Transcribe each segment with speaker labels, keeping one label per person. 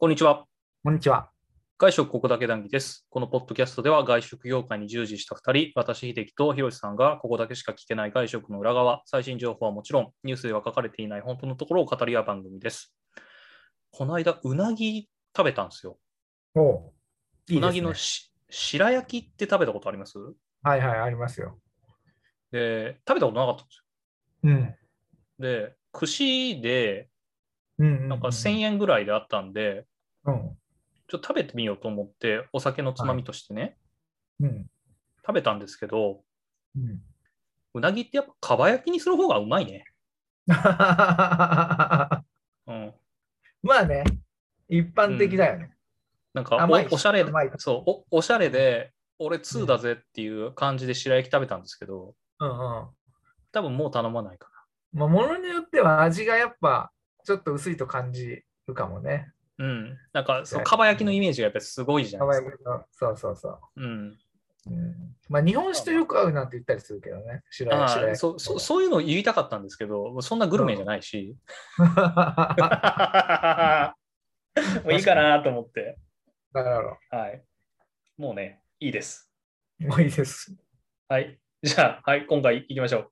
Speaker 1: こんにちは。
Speaker 2: こんにちは。
Speaker 1: 外食ここだけ談義です。このポッドキャストでは外食業界に従事した2人、私、秀樹とひろしさんがここだけしか聞けない外食の裏側、最新情報はもちろん、ニュースでは書かれていない本当のところを語り合う番組です。この間、うなぎ食べたんですよ。
Speaker 2: おう。いいですね
Speaker 1: うなぎのし白焼きって食べたことあります
Speaker 2: はいはい、ありますよ。
Speaker 1: で、食べたことなかったんです
Speaker 2: うん。
Speaker 1: よ。で、串で
Speaker 2: うん、うん。
Speaker 1: なんか1000円ぐらいであったんで、
Speaker 2: うん。
Speaker 1: ちょっと食べてみようと思って、お酒のつまみとしてね、
Speaker 2: うん。
Speaker 1: 食べたんですけど、
Speaker 2: うん。
Speaker 1: うなぎってやっぱかば焼きにする方がうまいね。
Speaker 2: ま
Speaker 1: うん、
Speaker 2: あね、一般的だよね。
Speaker 1: なんか
Speaker 2: 甘い
Speaker 1: おおしゃれ
Speaker 2: 甘い
Speaker 1: そうおおしゃれで俺2だぜっていう感じで白焼き食べたんですけど、
Speaker 2: うん、うん、
Speaker 1: 多分もう頼まないか
Speaker 2: まあ、ものによっては味がやっぱちょっと薄いと感じるかもね。
Speaker 1: な。うん、なんかそう
Speaker 2: ね
Speaker 1: かば焼きのイメージがやっぱりすごいじゃ
Speaker 2: か
Speaker 1: ない
Speaker 2: わい
Speaker 1: で
Speaker 2: い
Speaker 1: す
Speaker 2: け
Speaker 1: か。
Speaker 2: どそうそうそう。
Speaker 1: うん、
Speaker 2: うん、まあ、日本酒とよく合うなんて言ったりするけどね。白
Speaker 1: あ
Speaker 2: 焼白
Speaker 1: ー
Speaker 2: 焼
Speaker 1: そそ そういうの言いたかったんですけどそんなグルメじゃないし。
Speaker 2: な
Speaker 1: もういいかなと思って、
Speaker 2: るほ
Speaker 1: はい、もうねいいです。
Speaker 2: ど。もういいです。
Speaker 1: はい。 じゃあ、はい、今回行きましょう。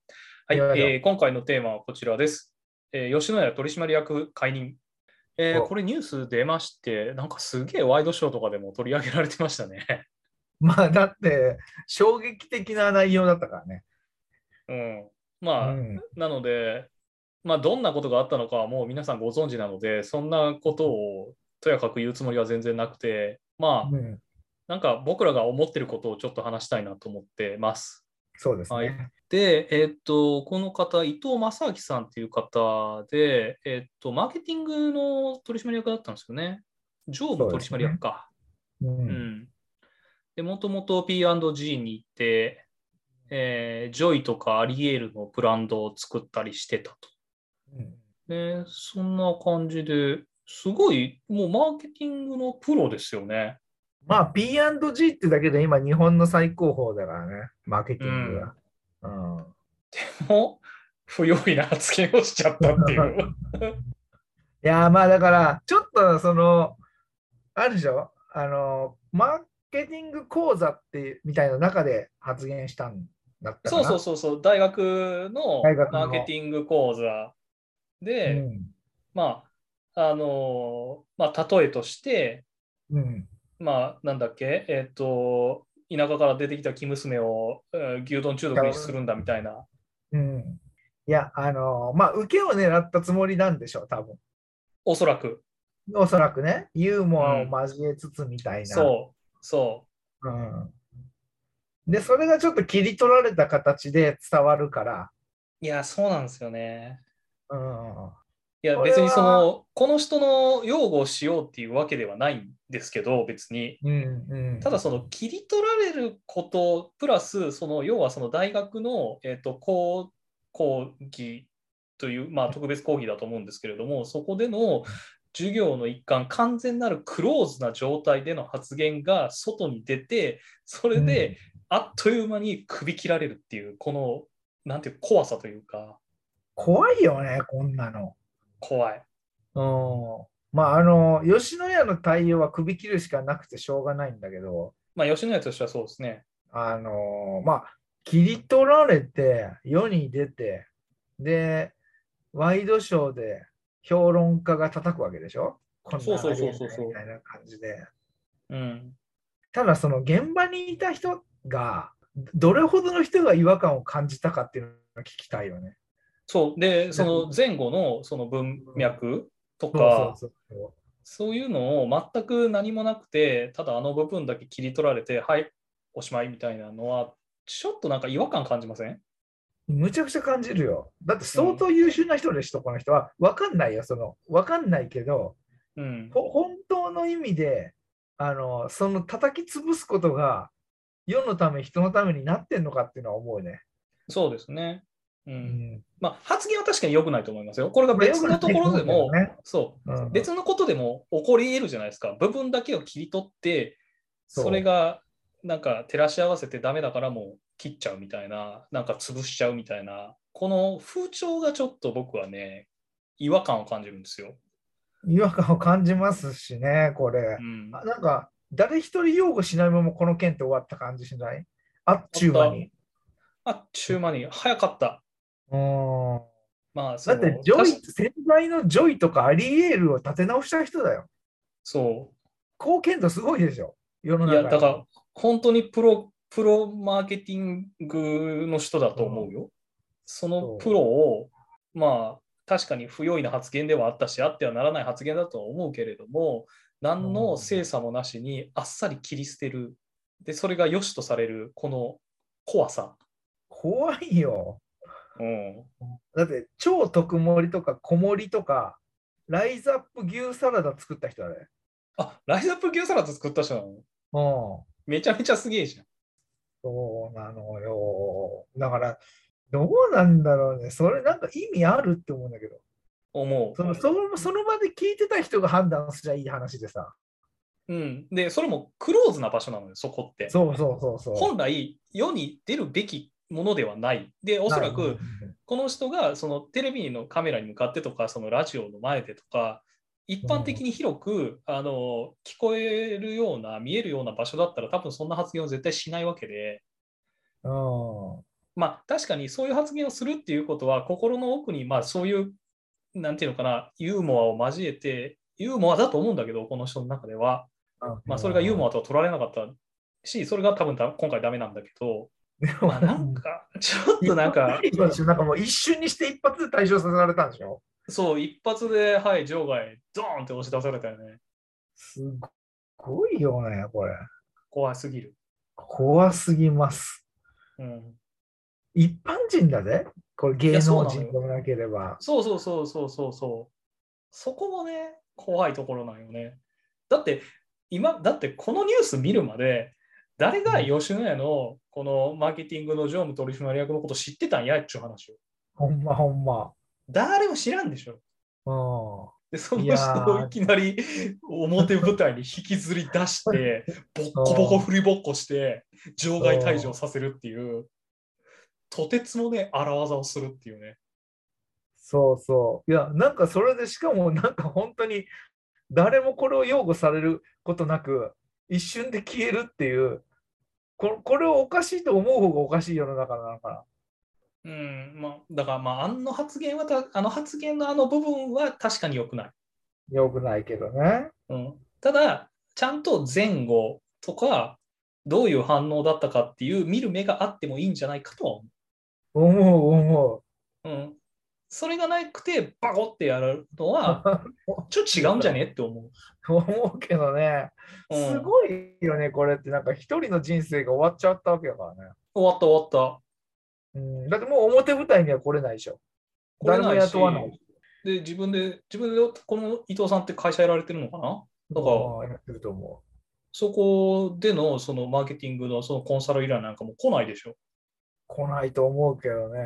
Speaker 1: はい、
Speaker 2: 行きましょう
Speaker 1: えー今回のテーマはこちらです。えー吉野家取締役解任。えー
Speaker 2: お
Speaker 1: これニュース出まして、なんかすげえワイドショーとかでも取り上げられてましたね。
Speaker 2: まあ、だって、衝撃的な内容だったからね。
Speaker 1: うん。
Speaker 2: う
Speaker 1: まあ、
Speaker 2: ん、
Speaker 1: なので、まあ、どんなことがあったのかはもう皆さんご存知なので、そんなことをとやかく言うつもりは全然なくて、まあ、
Speaker 2: うん、
Speaker 1: なんか僕らが思ってることをちょっと話したいなと思ってます。
Speaker 2: そうですね。
Speaker 1: はいで、えーっと、この方、伊藤正明さんっていう方で、えーっと、マーケティングの取締役だったんですよね。常務取締役か。
Speaker 2: うん
Speaker 1: うん。で、もともと P&G に行って、えージョイとかアリエールのブランドを作ったりしてたと。
Speaker 2: うん
Speaker 1: ね、そんな感じで、すごい、もうマーケティングのプロですよね。
Speaker 2: まあ P&G ってだけで今日本の最高峰だからね、マーケティングが。うん
Speaker 1: もう、不用意な発言をしちゃったっていう。
Speaker 2: いやーまあだから、ちょっとその、あるでしょあの、マーケティング講座ってみたいな中で発言したんだったか
Speaker 1: そう
Speaker 2: な。
Speaker 1: そうそうそう、大学の
Speaker 2: 大学の
Speaker 1: マーケティング講座で、
Speaker 2: うん
Speaker 1: まあ、あのーまあ、例えとして、
Speaker 2: うん
Speaker 1: まあ、なんだっけ、えっ、と、田舎から出てきた生娘を、えー牛丼中毒にするんだみたいな。
Speaker 2: うんいや、あのまあ、受けを狙ったつもりなんでしょう、多分。
Speaker 1: おそらく。
Speaker 2: おそらくね、ユーモアを交えつつみたいな。
Speaker 1: そう、そ
Speaker 2: うんで、それがちょっと切り取られた形で伝わるから、
Speaker 1: う。いや、そうなんですよね。
Speaker 2: うん、
Speaker 1: いや、
Speaker 2: これは
Speaker 1: 別にその、この人の擁護をしようっていうわけではないんですけど、別に。
Speaker 2: うんうん
Speaker 1: ただその切り取られることプラスその要はその大学の、えー、と講講義という、まあ、特別講義だと思うんですけれどもそこでの授業の一環完全なるクローズな状態での発言が外に出てそれであっという間に首切られるっていうこのなんていう怖さというか
Speaker 2: 怖いよね、こんなの。
Speaker 1: 怖い。
Speaker 2: うん、まあ、あの、吉野家の対応は首切るしかなくてしょうがないんだけど、
Speaker 1: まあ吉野家としてはそうですね。
Speaker 2: あの、まあ、切り取られて、世に出て、で、ワイドショーで評論家が叩くわけでしょこんな
Speaker 1: そう
Speaker 2: あり
Speaker 1: そう
Speaker 2: え
Speaker 1: そ
Speaker 2: な
Speaker 1: うそう
Speaker 2: い
Speaker 1: そう
Speaker 2: みたいな感じで。
Speaker 1: うん、
Speaker 2: ただその現場にいた人がどれほどの人が違和感を感じたかっていうのが聞きたいよね。
Speaker 1: そうでその前後のその文脈とか、
Speaker 2: そうそうそう
Speaker 1: そういうのを全く何もなくて、ただあの部分だけ切り取られて、はい、おしまいみたいなのは、ちょっとなんか違和感感じません
Speaker 2: むちゃくちゃ感じるよ。だって相当優秀な人でしょ、この人は。わかんないよ、その。わかんないけど、
Speaker 1: うん。
Speaker 2: ほ本当の意味で、あの、その叩き潰すことが、世のため、人のためになってんのかっていうのは思うね。
Speaker 1: そうですね。う。
Speaker 2: うんん。
Speaker 1: まあ、発言は確かに良くないと思いますよ。これが
Speaker 2: まあ
Speaker 1: 別のところでも
Speaker 2: 良く、ない
Speaker 1: そ
Speaker 2: うん
Speaker 1: う、別のことでも起こり得るじゃないですか。部分だけを切り取って、
Speaker 2: そう
Speaker 1: それがなんか照らし合わせてダメだからもう切っちゃうみたいな、なんか潰しちゃうみたいな、この風潮がちょっと僕はね、違和感を感じるんですよ。
Speaker 2: 違和感を感じますしね、これ
Speaker 1: う。ん、
Speaker 2: あなんか、誰一人擁護しないままこの件って終わった感じしないあっちゅう間に。
Speaker 1: あっちゅう間に早かった。
Speaker 2: うん
Speaker 1: まあ、そ
Speaker 2: だ
Speaker 1: の
Speaker 2: ってジョイ、
Speaker 1: 確か
Speaker 2: 先代のジョイとかアリエールを立て直した人だよ。
Speaker 1: そ
Speaker 2: 貢献度すごいでしょ、世の
Speaker 1: う。い
Speaker 2: 中
Speaker 1: や、
Speaker 2: に
Speaker 1: だから、本当にプロ、プロマーケティングの人だと思うよ。そのプロを、まあ、確かに不用意な発言ではあったし、あってはならない発言だとは思うけれども、何の精査もなしにあっさり切り捨てる。で、それが良しとされる、この怖さ。
Speaker 2: 怖いよ。
Speaker 1: うん。
Speaker 2: だって、超特盛りとか小盛りとか、ライズアップ牛サラダ作った人だね。
Speaker 1: あ、ライズアップ牛サラダ作った人なの
Speaker 2: うん。
Speaker 1: めちゃめちゃすげえじゃん。
Speaker 2: そうなのよ。だから、どうなんだろうね。それなんか意味あるって思うんだけど。
Speaker 1: 思う。
Speaker 2: そのそのその場で聞いてた人が判断すりゃいい話でさ。
Speaker 1: うん、でそれもクローズな場所なのよそこって
Speaker 2: そうそうそうそう。
Speaker 1: 本来世に出るべきものではないでおそら
Speaker 2: はい
Speaker 1: くこの人がそのテレビのカメラに向かってとかそのラジオの前でとか一般的に広く、あの聞こえるような見えるような場所だったら多分そんな発言を絶対しないわけで
Speaker 2: うん。
Speaker 1: まあ確かにそういう発言をするっていうことは心の奥にまあそういうなんていうのかなユーモアを交えてユーモアだと思うんだけどこの人の中では。まあ、それがユーモアとは取られなかったし、それが多分だ今回ダメなんだけど、
Speaker 2: ア
Speaker 1: まあ、なんか、ちょっとなんか、
Speaker 2: そうでしょなんかもう一瞬にして一発で対象させられたんでしょ
Speaker 1: そう、一発で、はい、場外、ドーンって押し出されたよね。
Speaker 2: すごいよね、これ。
Speaker 1: 怖すぎる。
Speaker 2: 怖すぎます。
Speaker 1: うん、
Speaker 2: 一般人だぜ。これ
Speaker 1: い
Speaker 2: 芸
Speaker 1: やそう
Speaker 2: 能
Speaker 1: なのよ
Speaker 2: 人でもなければ。
Speaker 1: そうそうそうそうそうそう。そこもね、怖いところなんよね。だって、今、だってこのニュース見るまで、誰が吉野家のこのマーケティングの常務取締役のこと知ってたんやっちゅう話を。
Speaker 2: ほんまほんま。
Speaker 1: 誰も知らんでしょ。
Speaker 2: うん。
Speaker 1: でその
Speaker 2: いや
Speaker 1: 人を
Speaker 2: ー
Speaker 1: いきなり表舞台に引きずり出 して、ボッコボコ振りぼっこして、場外退場させるっていう、とてつもね、荒技をするっていうね。
Speaker 2: そうそう。いや、なんかそれでしかもなんか本当に誰もこれを擁護されることなく一瞬で消えるっていう。ここれをおかしいと思う方がおかしい世の中なのか
Speaker 1: うん、まあ、だからまあ、あの発言はた、あの発言のあの部分は確かに良くない。
Speaker 2: な。よくないけどね。
Speaker 1: うん、ただ、ちゃんと前後とか、どういう反応だったかっていう見る目があってもいいんじゃないかとは思う。
Speaker 2: 思う思う。
Speaker 1: うん、それがなくて、バコってやるのは、ちょっと違うんじゃねって思う。
Speaker 2: 思うけどね。
Speaker 1: うん
Speaker 2: すごいよね、これって。なんか一人の人生が終わっちゃったわけだからね。
Speaker 1: 終わった終わった。
Speaker 2: うん、だってもう表舞台には来れないでしょ。
Speaker 1: 来れ
Speaker 2: 誰
Speaker 1: な
Speaker 2: も
Speaker 1: いし
Speaker 2: 雇わない。
Speaker 1: で、自分で、自分で、この伊藤さんって会社やられてるのかなだから
Speaker 2: うんやってると思
Speaker 1: そこでの、そのマーケティングの、そのコンサル依頼なんかも来ないでしょ。
Speaker 2: う。来ないと思うけどね。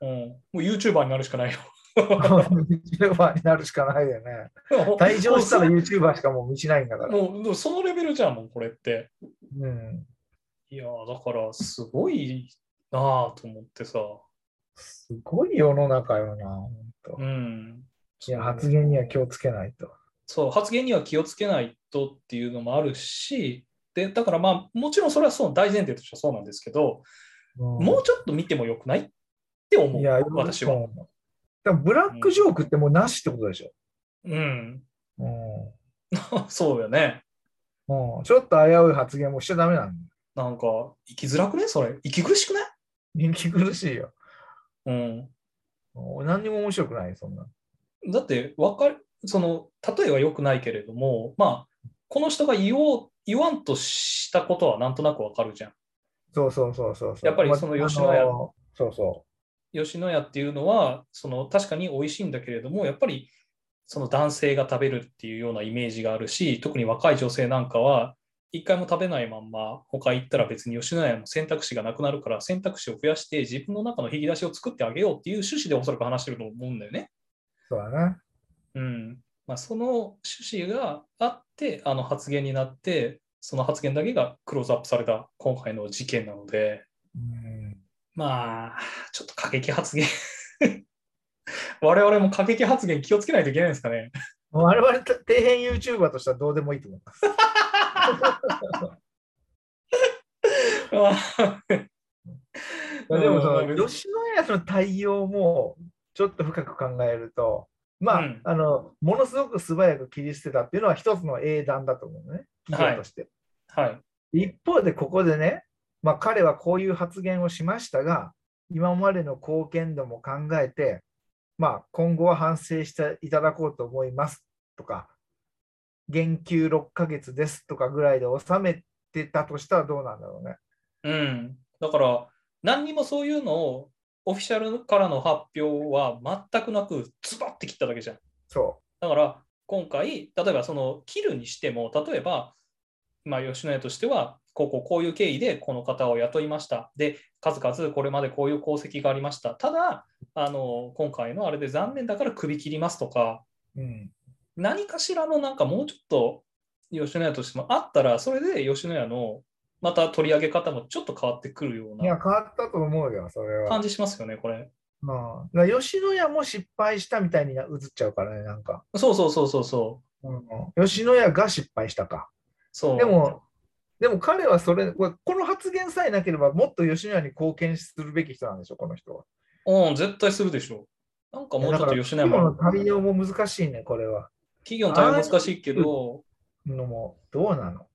Speaker 1: うん。もう YouTuber になるしかないよ。
Speaker 2: YouTuber になるしかないよね。 退場したら
Speaker 1: も
Speaker 2: YouTuber しかもう道ないんだから。
Speaker 1: う もう、そのレベルじゃん、もうこれって。
Speaker 2: うん。
Speaker 1: いやー、だから、すごいなあと思ってさ。
Speaker 2: すごい世の中よな、ほんと
Speaker 1: うん。
Speaker 2: いや、発言には気をつけないと。
Speaker 1: そう、発言には気をつけないとっていうのもあるし、で、だからまあ、もちろんそれはそう大前提としてはそうなんですけど、
Speaker 2: うん
Speaker 1: もうちょっと見てもよくないって思う
Speaker 2: いや、
Speaker 1: 私
Speaker 2: う
Speaker 1: は。
Speaker 2: ん。だからブラックジョークってもうなしってことでしょ。
Speaker 1: うん。
Speaker 2: うん。
Speaker 1: そうよね。
Speaker 2: うん、ちょっと危うい発言もしちゃダメなんだ。
Speaker 1: なんか、生きづらくねそれ。息苦しくね
Speaker 2: 人気苦しいよ。
Speaker 1: うん。
Speaker 2: もう何にも面白くない、そんな。
Speaker 1: だって、わかる、その、例えは良くないけれども、まあ、この人が言おう、言わんとしたことはなんとなくわかるじゃん。
Speaker 2: そうそうそうそうそう。
Speaker 1: やっぱりその吉野家
Speaker 2: あのそうそ
Speaker 1: 吉野家っていうのは、その、確かに美味しいんだけれども、やっぱり、その男性が食べるっていうようなイメージがあるし、特に若い女性なんかは、一回も食べないまんま、他行ったら別に吉野家の選択肢がなくなるから、選択肢を増やして、自分の中の引き出しを作ってあげようっていう趣旨でおそらく話してると思うんだよね。
Speaker 2: う。そうだね。
Speaker 1: うんまあ、その趣旨があって、あの発言になって、その発言だけがクローズアップされた今回の事件なので、
Speaker 2: うん。
Speaker 1: まあ、ちょっ と過激発言。我々も過激発言気をつけないといけないんですかね。
Speaker 2: 我々、底辺 YouTuber としてはどうでもいいと思います。いやでもそ
Speaker 1: うん
Speaker 2: の、吉野家の対応も、ちょっと深く考えると、まあ、
Speaker 1: うん
Speaker 2: あの、ものすごく素早く切り捨てたっていうのは一つの英断だと思うのね、企業として。
Speaker 1: はい。
Speaker 2: 一方で、ここでね、まあ、彼はこういう発言をしましたが、今までの貢献度も考えて、まあ、今後は反省していただこうと思いますとか、減給6ヶ月ですとかぐらいで収めてたとしたらどうなんだろうね。
Speaker 1: うん。だから、何にもそういうのを、オフィシャルからの発表は全くなく、ズバッて切っただけじゃん。
Speaker 2: そ
Speaker 1: だから今回、例えばその切るにしても、例えば、まあ、吉野家としては、こうこうこういう経緯でこの方を雇いました。で、数々これまでこういう功績がありました。ただ、あの今回のあれで残念だから首切りますとか、
Speaker 2: う。うん。
Speaker 1: 何かしらのなんかもうちょっと吉野家としてもあったら、それで吉野家のまた取り上げ方もちょっと変わってくるよう
Speaker 2: いや、
Speaker 1: な
Speaker 2: 変わったと思うよ、それは。
Speaker 1: 感じしますよね、これ。
Speaker 2: まあ、だから吉野家も失敗したみたいにな映っちゃうからね、なんか。
Speaker 1: そうそうそうそうそう。
Speaker 2: うん、吉野家が失敗したか。
Speaker 1: そう
Speaker 2: でも、でも彼はそれ、この発言さえなければ、もっと吉野家に貢献するべき人なんでしょ、この人は。
Speaker 1: うん、絶対するでしょう。なんかもうちょっと吉野家
Speaker 2: だから
Speaker 1: も。
Speaker 2: 企業の対応も難しいね、これは。
Speaker 1: 企業の対応難しいけど、
Speaker 2: のも、どうなの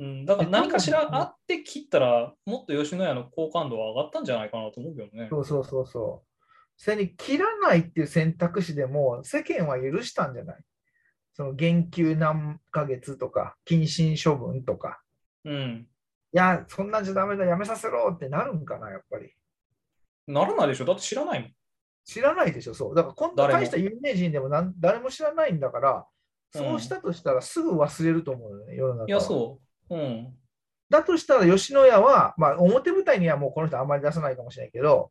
Speaker 1: うん、だから
Speaker 2: え多分
Speaker 1: 何かしらあって切ったら、もっと吉野家の好感度は上がったんじゃないかなと思うけどね。
Speaker 2: そうそうそうそう。それに切らないっていう選択肢でも世間は許したんじゃないその減給何ヶ月とか、謹慎処分とか。
Speaker 1: うん。
Speaker 2: いや、そんなんじゃダメだ、やめさせろってなるんかな、やっぱり。
Speaker 1: ならないでしょ。だって知らないもん。
Speaker 2: 知らないでしょ、そう。だから、こんな
Speaker 1: 誰も
Speaker 2: 大した有名人でもなん誰も知らないんだから、そうしたとしたらすぐ忘れると思うよね、世の中は。
Speaker 1: いや、そう。うん。
Speaker 2: だとしたら、吉野家は、まあ、表舞台にはもうこの人あんまり出さないかもしれないけど、
Speaker 1: うん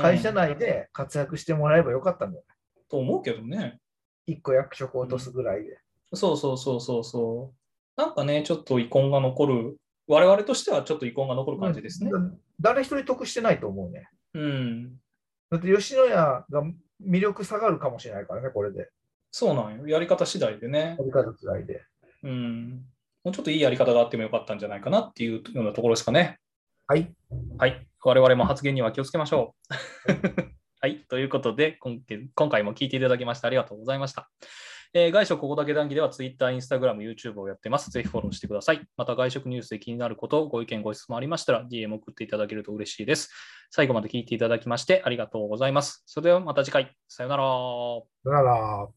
Speaker 2: 会社内で活躍してもらえばよかったんだよ。
Speaker 1: と思うけどね。
Speaker 2: 一個役職を落とすぐらいで。
Speaker 1: そうそうそうそうそう。なんかね、ちょっと遺恨が残る。我々としてはちょっと遺恨が残る感じですね。
Speaker 2: だ誰一人得してないと思うね。
Speaker 1: うん。
Speaker 2: だって、吉野家が魅力下がるかもしれないからね、これで。
Speaker 1: そうなんよ。やり方次第でね
Speaker 2: や。り方次第で。
Speaker 1: うん。もうちょっといいやり方があってもよかったんじゃないかなっていうようなところですかね。
Speaker 2: はい。
Speaker 1: はい。我々も発言には気をつけましょう。はい。ということで今回、今回も聞いていただきましてありがとうございました。えー外食ここだけ談義では Twitter、Instagram、YouTube をやってます。ぜひフォローしてください。また外食ニュースで気になること、ご意見、ご質問ありましたら DM 送っていただけると嬉しいです。最後まで聞いていただきましてありがとうございます。それではまた次回。さようなら。
Speaker 2: だから、